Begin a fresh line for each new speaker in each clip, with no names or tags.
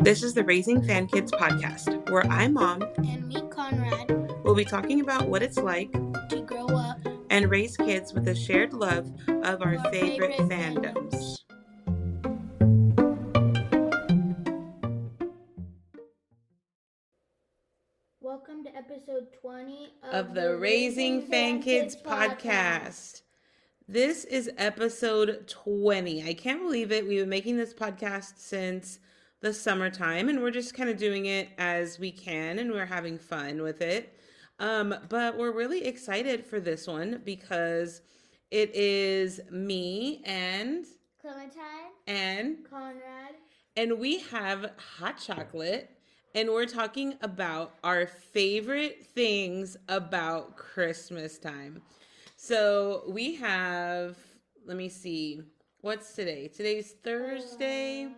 This is the Raising Fan Kids podcast, where I, Mom,
and me, Conrad,
will be talking about what it's like
to grow up
and raise kids with a shared love of our,
Our
favorite,
favorite
fandoms.
Welcome to episode 20
Of the Raising Fan Kids podcast. This is episode 20. I can't believe it. We've been making this podcast since the summertime, and we're just kind of doing it as we can, and we're having fun with it. Um, but we're really excited for this one because it is me and
Clementine,
and
Conrad,
and we have hot chocolate and we're talking about our favorite things about christmas time so we have let me see what's today today's thursday
Uh,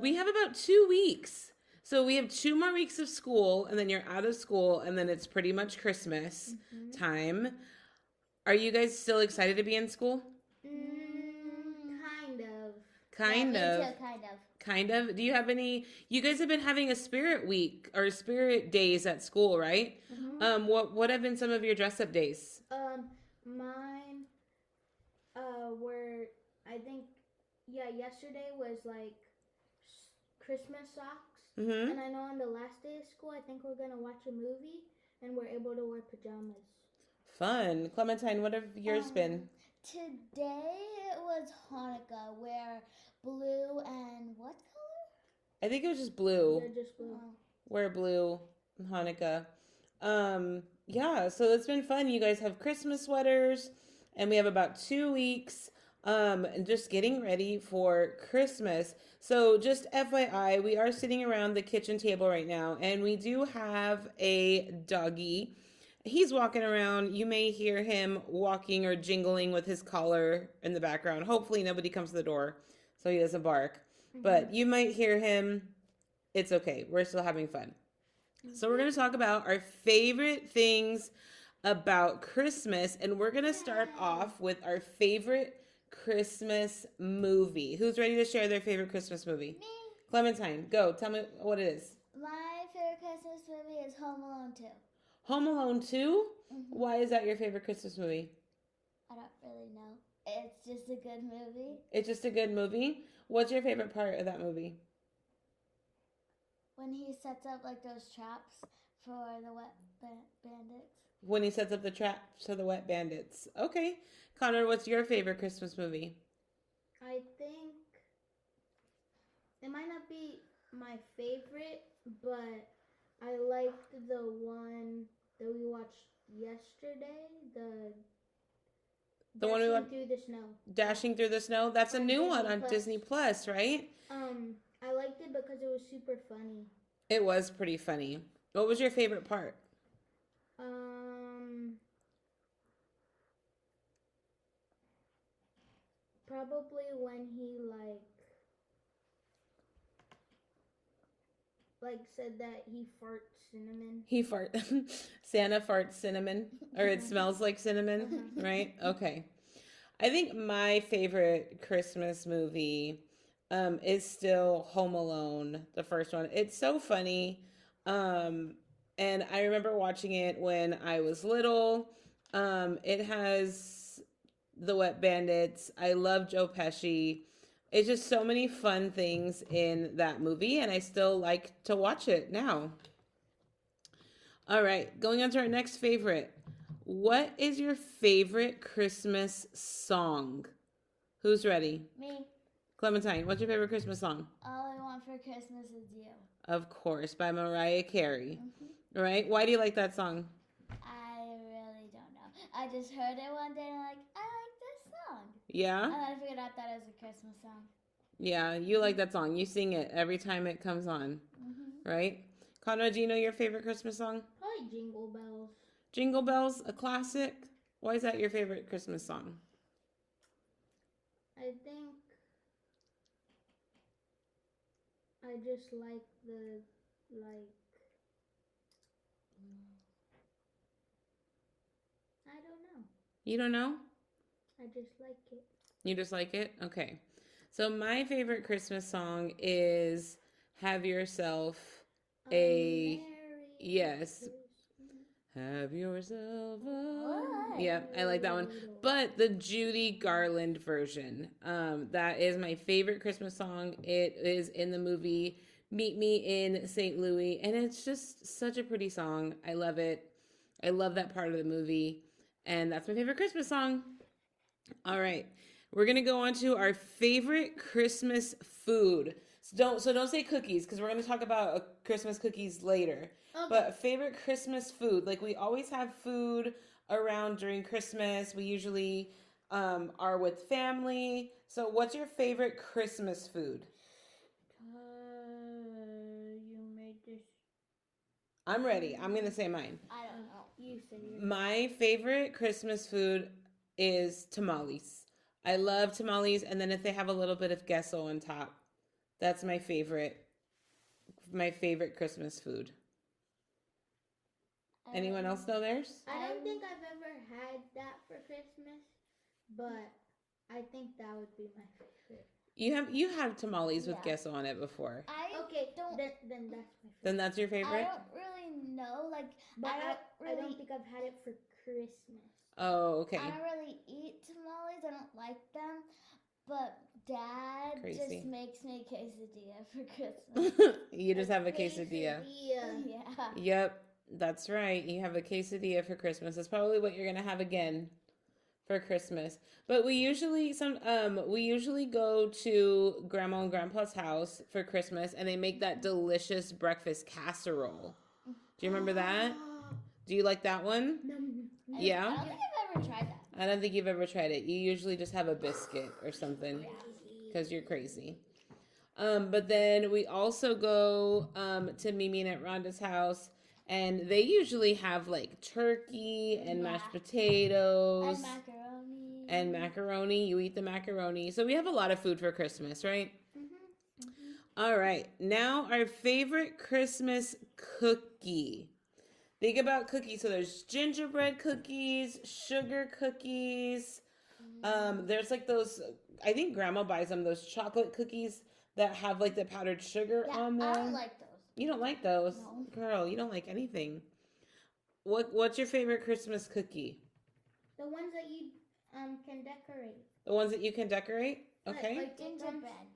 we have about two weeks so we have two more weeks of school and then you're out of school and then it's pretty much christmas
Mhm.
time are you guys still excited to be in school
Mm, kind of.
kind
Yeah,
of
me too, kind of.
Kind of. Do you have any? You guys have been having a spirit week or spirit days at school, right?
Mhm.
Um, what what have been some of your dress up days?
Um, mine uh were I think yeah yesterday was like s- Christmas socks,
Mm-hmm.
and I know on the last day of school I think we're gonna watch a movie and we're able to wear pajamas.
Fun, Clementine. What have yours
Um,
been?
Today it was Hanukkah, where blue and what color? Oh.
I think it was just blue.
They're just blue.
Wear blue, Hanukkah. Um, yeah. So it's been fun. You guys have Christmas sweaters, and we have about two weeks. Um, and just getting ready for Christmas. So, just FYI, we are sitting around the kitchen table right now, and we do have a doggy. He's walking around. You may hear him walking or jingling with his collar in the background. Hopefully, nobody comes to the door so he doesn't bark,
Mhm. Mm-hmm.
but you might hear him. It's okay. We're still having fun. So, we're going to talk about our favorite things about Christmas, and we're going to start off with our favorite Christmas movie. Who's ready to share their favorite Christmas movie?
Me,
Clementine, go. Tell me what it is.
my favorite Christmas movie is Home Alone 2.
Home Alone 2?
Mhm.
Why is that your favorite Christmas movie?
I don't really know. It's just a good movie.
It's just a good movie. What's your favorite part of that movie?
When he sets up like those traps for the wet ba- bandits.
When he sets up the trap to the wet bandits. Okay. Connor, what's your favorite Christmas movie?
I think it might not be my favorite, but I liked the one that we watched yesterday. The
The one we
Dashing
watched-
through the snow.
Dashing Through the Snow? That's a
On
new
Disney
one on
Plus.
Disney Plus, right?
Um, I liked it because it was super funny.
It was pretty funny. What was your favorite part?
Um, probably when he like like said that he farts cinnamon.
He fart Santa farts cinnamon or it smells like cinnamon,
Uh-huh.
right? Okay. I think my favorite Christmas movie um is still Home Alone, the first one. It's so funny. Um and I remember watching it when I was little. Um it has the Wet Bandits. I love Joe Pesci. It's just so many fun things in that movie and I still like to watch it now. All right, going on to our next favorite. What is your favorite Christmas song? Who's ready?
Me,
Clementine, what's your favorite Christmas song?
all I want for Christmas is you.
Of course, by Mariah Carey.
Mhm.
All right, why do you like that song?
I really don't know. I just heard it one day and I'm like, I like this song.
Yeah?
And then I figured out that it was a Christmas song.
Yeah, you like that song. You sing it every time it comes on,
hmm
right? Conrad, do you know your favorite Christmas song?
Probably Jingle Bells.
Jingle Bells, a classic. Why is that your favorite Christmas song?
I think I just like the like I don't know.
You don't know?
I just like it.
You just like it? Okay. So my favorite Christmas song is have yourself
Oh,
a-
Merry
yes.
Christmas.
have yourself a
What?
yeah i like that one but the judy garland version um that is my favorite christmas song it is in the movie meet me in st louis and it's just such a pretty song i love it i love that part of the movie and that's my favorite christmas song all right we're gonna go on to our favorite christmas food so don't so don't say cookies because we're gonna talk about uh, christmas cookies later
Okay.
but favorite Christmas food? Like we always have food around during Christmas. We usually um, are with family. So what's your favorite Christmas food?
Uh, you made this.
I'm ready. I'm gonna say mine.
I don't know.
You said you.
My favorite Christmas food is tamales. I love tamales, and then if they have a little bit of gesso on top, that's my favorite. My favorite Christmas food.
I don't
Um,
Anyone else know theirs?
I don't
I-
think I've ever had that for Christmas, but I think that would be my favorite.
You have you have tamales with
Yeah.
gesso on it before.
I
Okay,
don't-
then, then that's my favorite.
Then that's your
I
favorite.
don't really know. Like
but
I
I,
don't
I
really-
don't think I've had it for Christmas.
Oh, okay.
I don't really eat tamales. I don't like them. But Dad
Crazy.
just makes me quesadilla for Christmas.
you just have a quesadilla.
quesadilla.
yeah.
Yep, that's right. You have a quesadilla for Christmas. That's probably what you're gonna have again for Christmas. But we usually some um we usually go to grandma and grandpa's house for Christmas and they make that delicious breakfast casserole. Do you remember that? Do you like that one?
Nom, nom.
I-
Yeah.
I don't think I've ever tried that.
I don't think you've ever tried it. You usually just have a biscuit or something. because you're crazy. Um, but then we also go um, to Mimi and Aunt Rhonda's house, and they usually have like turkey and mashed
Yeah.
potatoes
And macaroni.
and macaroni. You eat the macaroni. So we have a lot of food for Christmas, right?
Mhm.
All right, now our favorite Christmas cookie. Think about cookies. So there's gingerbread cookies, sugar cookies.
Mm-hmm.
Um, there's like those. I think Grandma buys them those chocolate cookies that have like the powdered sugar
Yeah,
on them.
I don't like those.
you don't like those,
No.
girl. You don't like anything. What What's your favorite Christmas cookie?
The ones that you um can decorate.
The ones that you can decorate.
Like-
Okay.
like the ones-
Gingerbread.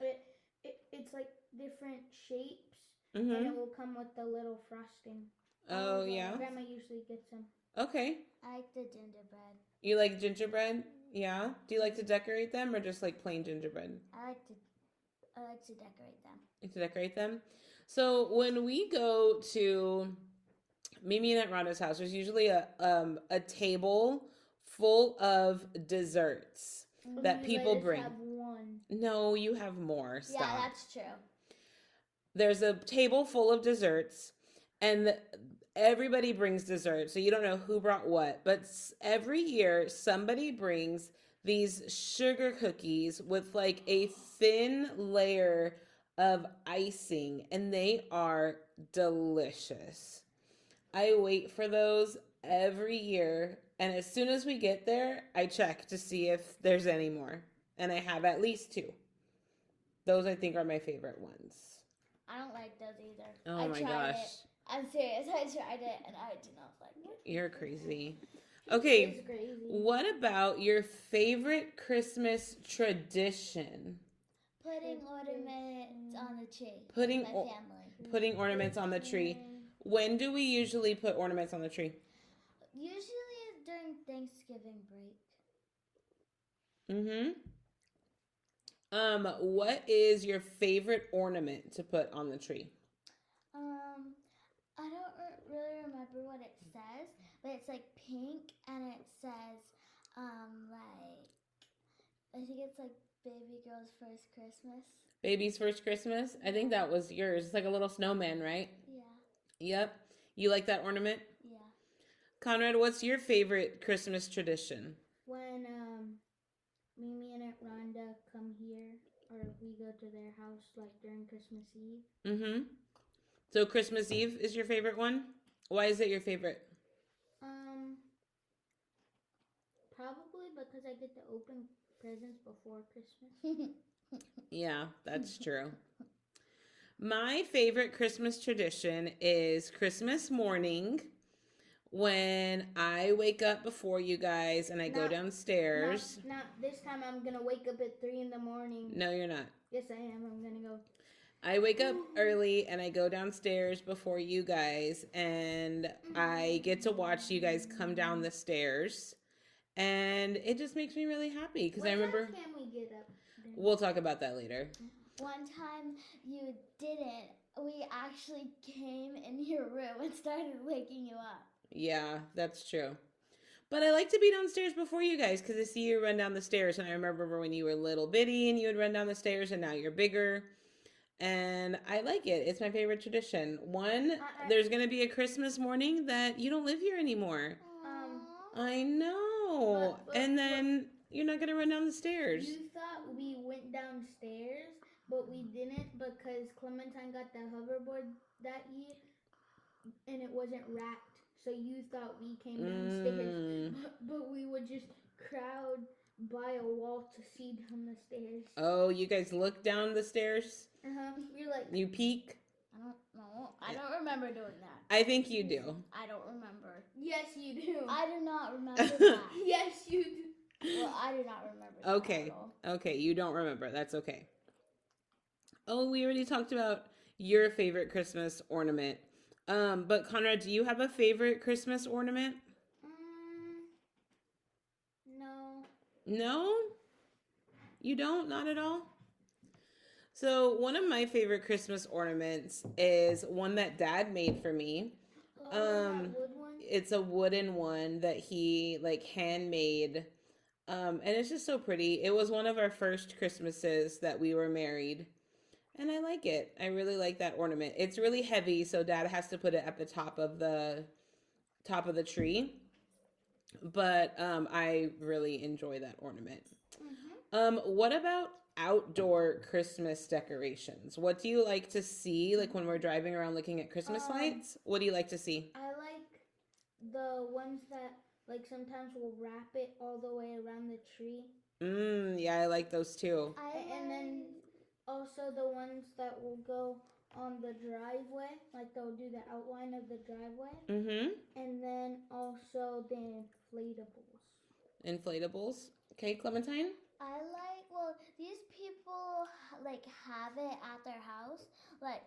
It, it, it's like different shapes, and
mm-hmm.
it will come with the little frosting.
Oh
okay.
yeah.
Grandma usually gets them.
Okay.
I like the gingerbread.
You like gingerbread? Yeah. Do you like to decorate them or just like plain gingerbread?
I like to. I like to decorate them.
Like to decorate them. So when we go to Mimi and Aunt Rhonda's house, there's usually a um a table full of desserts. That
You
people
let us
bring.
Have one.
No, you have more. Stop.
Mm-hmm. Yeah, that's true.
there's a table full of desserts and everybody brings dessert so you don't know who brought what but s- every year somebody brings these sugar cookies with like a thin layer of icing and they are delicious i wait for those every year and as soon as we get there i check to see if there's any more and i have at least two those i think are my favorite ones
I don't like those either.
Oh
I
my
tried
gosh,
It. I'm serious. I tried it and I do not like it.
you're crazy. Okay,
It's crazy.
what about your favorite Christmas tradition?
Putting
Good
ornaments on the tree. with
Putting
my
or-
family.
Putting ornaments on the tree. When do we usually put ornaments on the tree?
Usually during Thanksgiving break.
Mm-hmm. Um, what is your favorite ornament to put on the tree?
Um, I don't re- really remember what it says, but it's like pink and it says, um, like I think it's like baby girl's first Christmas.
Baby's first Christmas? I think that was yours. It's like a little snowman, right?
Yeah,
Yep. You like that ornament?
yeah.
Conrad, what's your favorite Christmas tradition?
when um Mimi and Aunt Rhonda come here or we go to their house like during Christmas Eve.
Mm-hmm. So Christmas Eve is your favorite one? Why is it your favorite?
Um probably because I get to open presents before Christmas.
Yeah, that's true. My favorite Christmas tradition is Christmas morning when I wake up before you guys and I go
Not-
downstairs.
Not, not this time. I'm gonna wake up at three in the morning.
No, you're not.
Yes, I am. I'm gonna go.
I wake up early and I go downstairs before you guys, and I get to watch you guys come down the stairs. And it just makes me really happy because
What
I
time
remember
Can we get up? then?
we'll talk about that later.
One time you didn't. We actually came in your room and started waking you up.
Yeah, that's true. But I like to be downstairs before you guys because I see you run down the stairs. And I remember when you were little bitty and you would run down the stairs, and now you're bigger. And I like it. It's my favorite tradition. One,
I-
there's going to be a Christmas morning that you don't live here anymore.
Um,
Aw.
I know.
But- but-
and
but-
then you're not going to run down the stairs.
You thought we went downstairs, but we didn't because Clementine got the hoverboard that year, and it wasn't wrapped. So you thought we came downstairs,
Mm.
but, but we would just crowd by a wall to see down the stairs.
Oh, you guys look down the stairs?
Uh-huh. You're like,
You peek?
I don't know. I don't remember doing that.
I think you do.
I don't remember.
yes, you do.
I do not remember that.
yes, you do.
Well, I do not remember. that
Okay.
at all.
Okay, you don't remember. That's okay. Oh, we already talked about your favorite Christmas ornament. Um, but Conrad, do you have a favorite Christmas ornament?
Um, no.
No? You don't? Not at all? So, one of my favorite Christmas ornaments is one that dad made for me.
Oh,
Um,
that wood one?
It's a wooden one that he like handmade. Um, and it's just so pretty. It was one of our first Christmases that we were married. And I like it. I really like that ornament. It's really heavy, so dad has to put it at the top of the top of the tree. But um, I really enjoy that ornament. Um, what about outdoor Christmas decorations? What do you like to see? Like when we're driving around looking at Christmas
Um,
lights, what do you like to see?
I like the ones that like sometimes will wrap it all the way around the tree.
Mm, yeah, I like those too.
I
And then- Also the ones that will go on the driveway, like they'll do the outline of the driveway.
Mm-hmm.
And then also the inflatables.
Inflatables. Okay, Clementine.
I like well these people like have it at their house like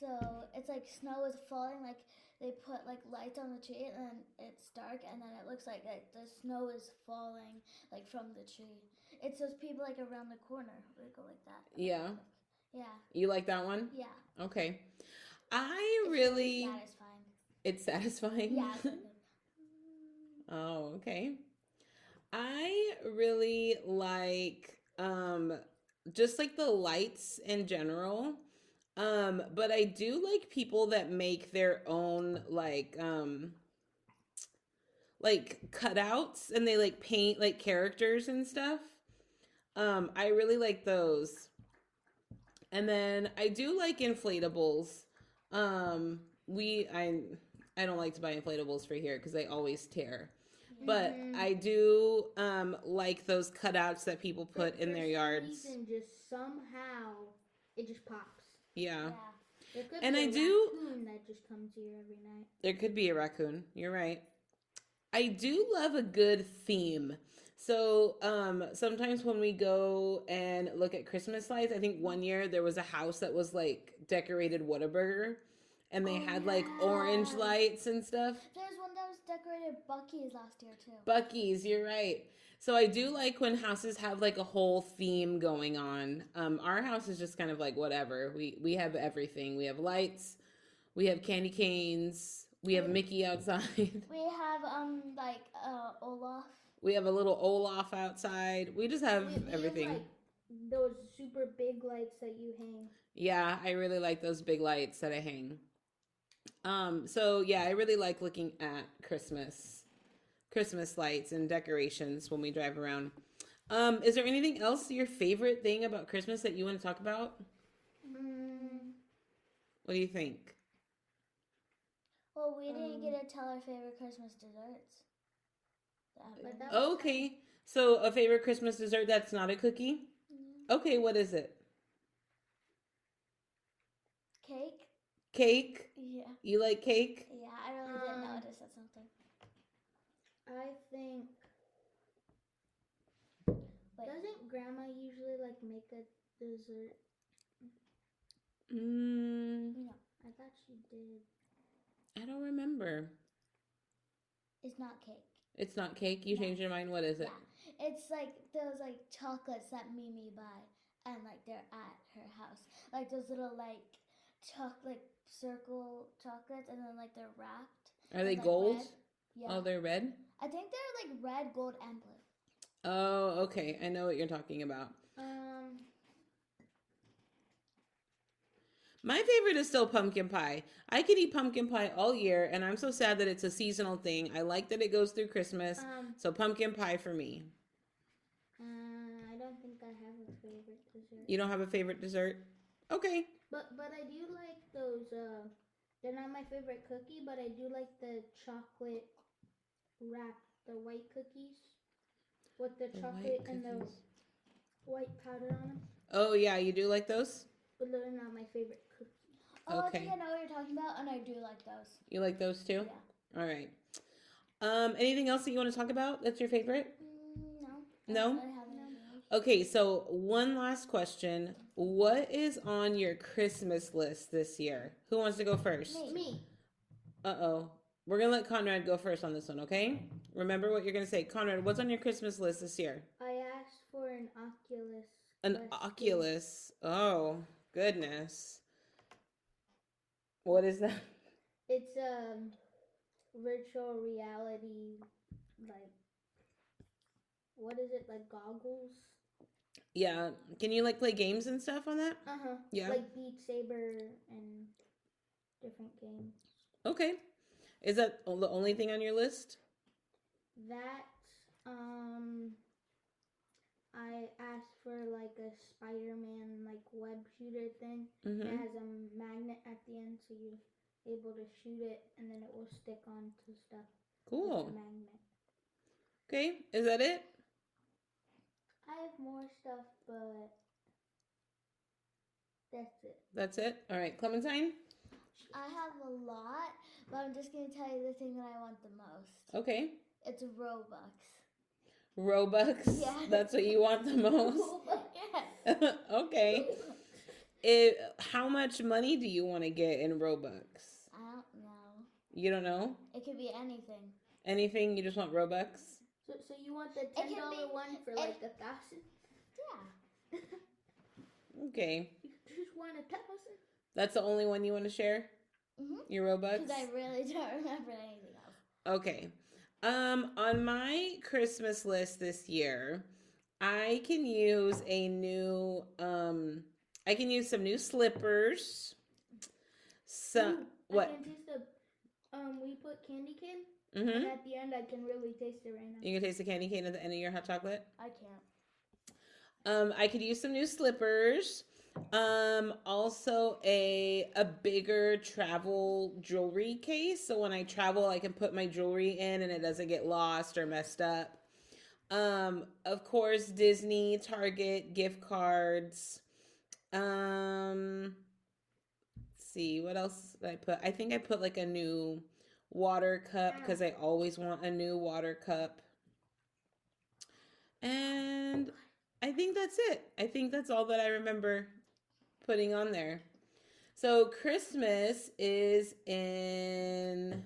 so it's like snow is falling like they put like lights on the tree and then it's dark and then it looks like like the snow is falling like from the tree. It's those people like around the corner they go like that.
Yeah.
Yeah.
You like that one?
Yeah.
Okay. I
It's
really
satisfying.
it's satisfying.
Yeah. it's like-
oh, okay. I really like um just like the lights in general. Um, but I do like people that make their own like um like cutouts and they like paint like characters and stuff. Um, I really like those. And then I do like inflatables. Um, we I I don't like to buy inflatables for here because they always tear. But
Mm-hmm.
Mhm.
I do um like those cutouts that people
But
put in
for
their
some
yards.
Reason, just somehow it just pops.
Yeah.
yeah.
There could
And
be
I
a
do-
raccoon that just comes here every night.
There could be a raccoon. You're right. I do love a good theme. So um, sometimes when we go and look at Christmas lights, I think one year there was a house that was like decorated Whataburger and they
Oh,
had like orange
yeah.
lights and stuff.
There's one that was decorated Bucky's last year too.
Bucky's, you're right. So I do like when houses have like a whole theme going on. Um, our house is just kind of like whatever. We we have everything. We have lights, we have candy canes, we have Mickey outside.
we have um like uh Olaf.
We have a little Olaf outside. We just have
We- we have,
everything.
like, those super big lights that you hang.
yeah, I really like those big lights that I hang. Um, so yeah, I really like looking at Christmas Christmas lights and decorations when we drive around. Um, is there anything else your favorite thing about Christmas that you want to talk about?
Mm.
What do you think?
Well, we didn't
Um,
get to tell our favorite Christmas desserts. That-
But that was-
Okay. So a favorite Christmas dessert that's not a cookie?
Mm.
Okay, what is it?
Cake?
Cake.
Yeah.
You like cake?
Yeah, I really didn't
Um,
know I just said something.
I think.
Wait.
Doesn't grandma usually like make a dessert?
Mm,
No,
I thought she did.
I don't remember.
it's not cake.
It's not cake. You
No.
changed your mind. What is it?
Yeah. It's like those like chocolates that Mimi buy and like they're at her house. Like those little like chocolate circle chocolates and then like they're wrapped.
Are
in,
they
like,
gold?
red. Yeah.
Oh, they're red?
I think they're like red, gold, and blue.
Oh, okay. I know what you're talking about.
Um,
My favorite is still pumpkin pie. I could eat pumpkin pie all year, and I'm so sad that it's a seasonal thing. I like that it goes through Christmas.
um,
So, pumpkin pie for me.
uh, I don't think I have a favorite dessert.
You don't have a favorite dessert? Okay.
But but I do like those. Uh, they're not my favorite cookie, but I do like the chocolate wrap, the white cookies with the,
The
chocolate
white
and the
cookies.
white powder on them.
Oh, yeah. You do like those?
But they're not my favorite cookie.
Oh, I
Okay.
think I know what you're talking about, and I do like those.
You like those too?
Yeah.
All right. Um, anything else that you want to talk about that's your favorite?
Mm, no.
No?
I don't have
No.
anything else.
Okay, so one last question. What is on your Christmas list this year? Who wants to go first?
Me.
Me.
Uh oh. We're going to let Conrad go first on this one, okay? Remember what you're going to say. Conrad, what's on your Christmas list this year?
I asked for an Oculus.
An
Quest two.
Oculus. Oh, goodness. What is that?
It's a virtual reality, like what is it? Like goggles.
Yeah. Can you like play games and stuff on that?
Uh huh.
Yeah.
Like Beat Saber and different games.
Okay. Is that o- the only thing on your list?
That um, I asked for like a Spider-Man like web shooter thing.
Mm-hmm.
It has a magnet at the end, so you're able to shoot it, and then it will stick onto stuff. with the
Cool.
magnet.
Okay. Is that it?
I have more stuff, but that's it.
That's it? All right. Clementine?
I have a lot, but I'm just gonna tell you the thing that I want the most.
Okay.
It's Robux.
Robux.
Yeah.
That's what you want the most.
yes.
okay. If, how much money do you want to get in Robux?
I don't know.
You don't know?
It could be anything.
Anything? You just want Robux?
So, so you want the
can
ten dollar
be-
one for
it-
like a thousand?
Yeah.
Okay.
You just want a thousand?
That's the only one you want to share?
Mm-hmm.
Mhm.
Your Robux?
Because I really don't remember anything else.
Okay. Um, on my Christmas list this year, I can use a new um I can use some new slippers. Some
Ooh, I
what?
can taste the. Um, we put candy cane,
Mm-hmm.
and at the end, I can really taste it right now.
You can taste the candy cane at the end of your hot chocolate.
I can't.
Um, I could use some new slippers. Um, also a a bigger travel jewelry case. So when I travel, I can put my jewelry in and it doesn't get lost or messed up. Um, of course, Disney, Target, gift cards. Um, let's see what else did I put. I think I put like a new water cup because I always want a new water cup. And I think that's it. I think that's all that I remember putting on there. So Christmas is in.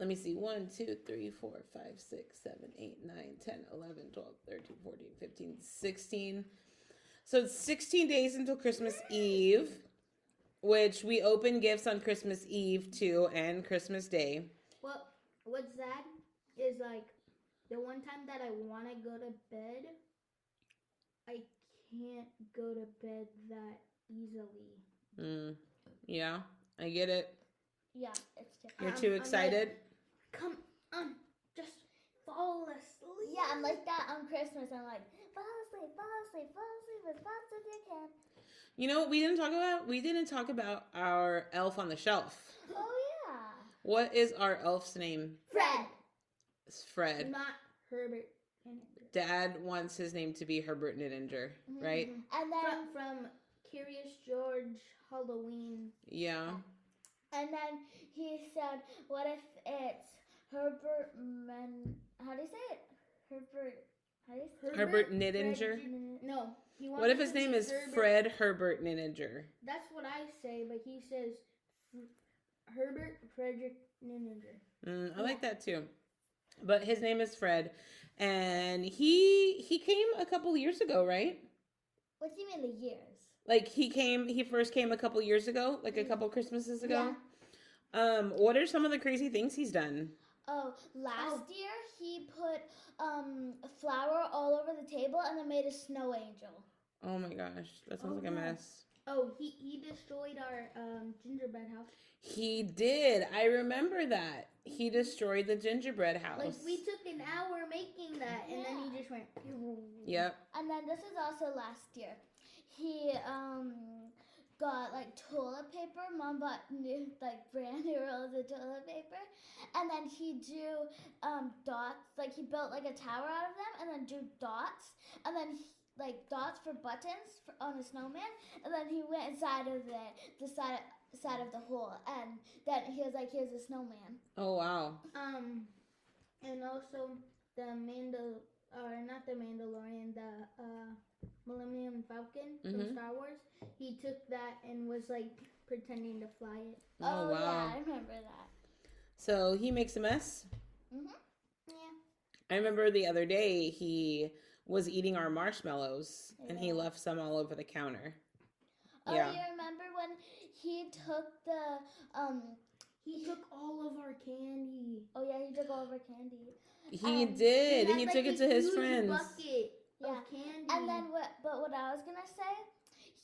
Let me see. 1, 2, 3, 4, 5, 6, 7, 8, 9, 10, 11, 12, 13, 14, 15, 16. So it's 16 days until Christmas Eve, which we open gifts on Christmas Eve too and Christmas Day.
What What's sad is like the one time that I want to go to bed, I can't go to bed that easily.
Mm, yeah, I get it.
Yeah, it's different.
You're
I'm-
too
I'm like-
excited.
Come on, just fall asleep.
Yeah, I'm like that on Christmas. I'm like, fall asleep, fall asleep, fall asleep as fast as you can.
You know what we didn't talk about? We didn't talk about our elf on the shelf.
Oh, yeah.
What is our elf's name?
Fred,
It's Fred.
not Herbert. and-
Dad wants his name to be Herbert Nittinger, right?
Mhm.
And
From,
then,
from Curious George Halloween.
Yeah.
And then he said, "What if it's Herbert Men? How do you say it? Herbert? How do you say it?
Herbert
Fred
Nittinger?
Ju- No. He
What if
wanted
his
to be
name is
Herbert-
Fred Herbert Ninninger?
That's what I say, but he says F- Herbert Frederick Nininger.
Mm, I like that too. But his name is Fred, and he he came a couple years ago, right?
What do you mean the years?
Like he came, he first came a couple years ago, like a
Mm-hmm.
Mm.
couple Christmases ago. Um, what are some of the crazy things he's done?
Oh, last year he put um flour all over the table and then made a snow angel.
Oh my gosh, that sounds
Oh,
like a
no.
mess.
Oh, he he destroyed our um, gingerbread house.
He did. I remember that. He destroyed the gingerbread house.
Like we took an hour making that, and then he just went.
Yep.
And then this is also last year. He um got like toilet paper. Mom bought new like brand new rolls of toilet paper, and then he drew um dots. Like he built like a tower out of them, and then drew dots, and then he, like dots for buttons for, on a snowman. And then he went inside of the the side side of the hole, and then he was like, "Here's a snowman."
Oh wow.
Um, and also the Mandal, or not the Mandalorian, the uh, Millennium Falcon
Mhm.
from Star Wars. He took that and was like pretending to fly it.
Oh, wow.
yeah, I remember that.
So he makes a mess.
Yeah.
I remember the other day he was eating our marshmallows and he
Yeah.
left some all over the counter.
Oh,
Yeah.
you remember when he took the um
He took all of our candy.
Oh yeah, he took all of our candy.
He
Um,
did.
had,
He
like,
took
a
it to his
huge
friends.
Bucket
Yeah.
of candy.
And then what? But what I was gonna say,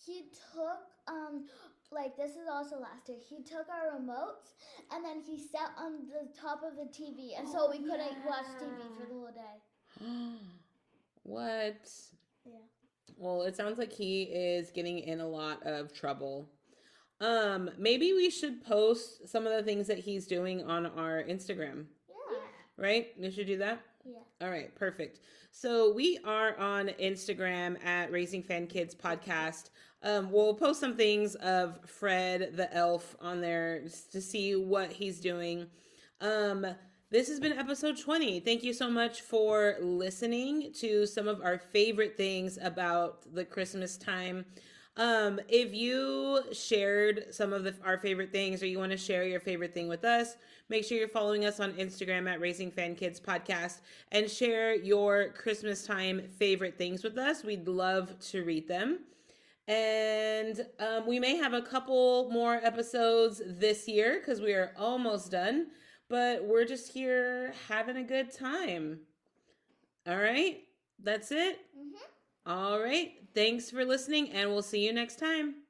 he took um like this is also last year. He took our remotes and then he sat on the top of the TV, and so
Oh,
we couldn't watch TV for
yeah.
the whole day.
what?
Yeah.
Well, it sounds like he is getting in a lot of trouble. Um, maybe we should post some of the things that he's doing on our Instagram,
Yeah.
Yeah.
right? We should do that.
Yeah.
All right, perfect. So we are on Instagram at Raising Fan Kids Podcast. Um, we'll post some things of Fred the Elf on there s- to see what he's doing. Um, this has been episode 20. Thank you so much for listening to some of our favorite things about the Christmas time. Um, if you shared some of the, our favorite things or you want to share your favorite thing with us, make sure you're following us on Instagram at Raising Fan Kids Podcast and share your Christmas time favorite things with us. We'd love to read them. And um, we may have a couple more episodes this year because we are almost done, but we're just here having a good time. All right, that's it.
Mhm.
All right, thanks for listening, and we'll see you next time.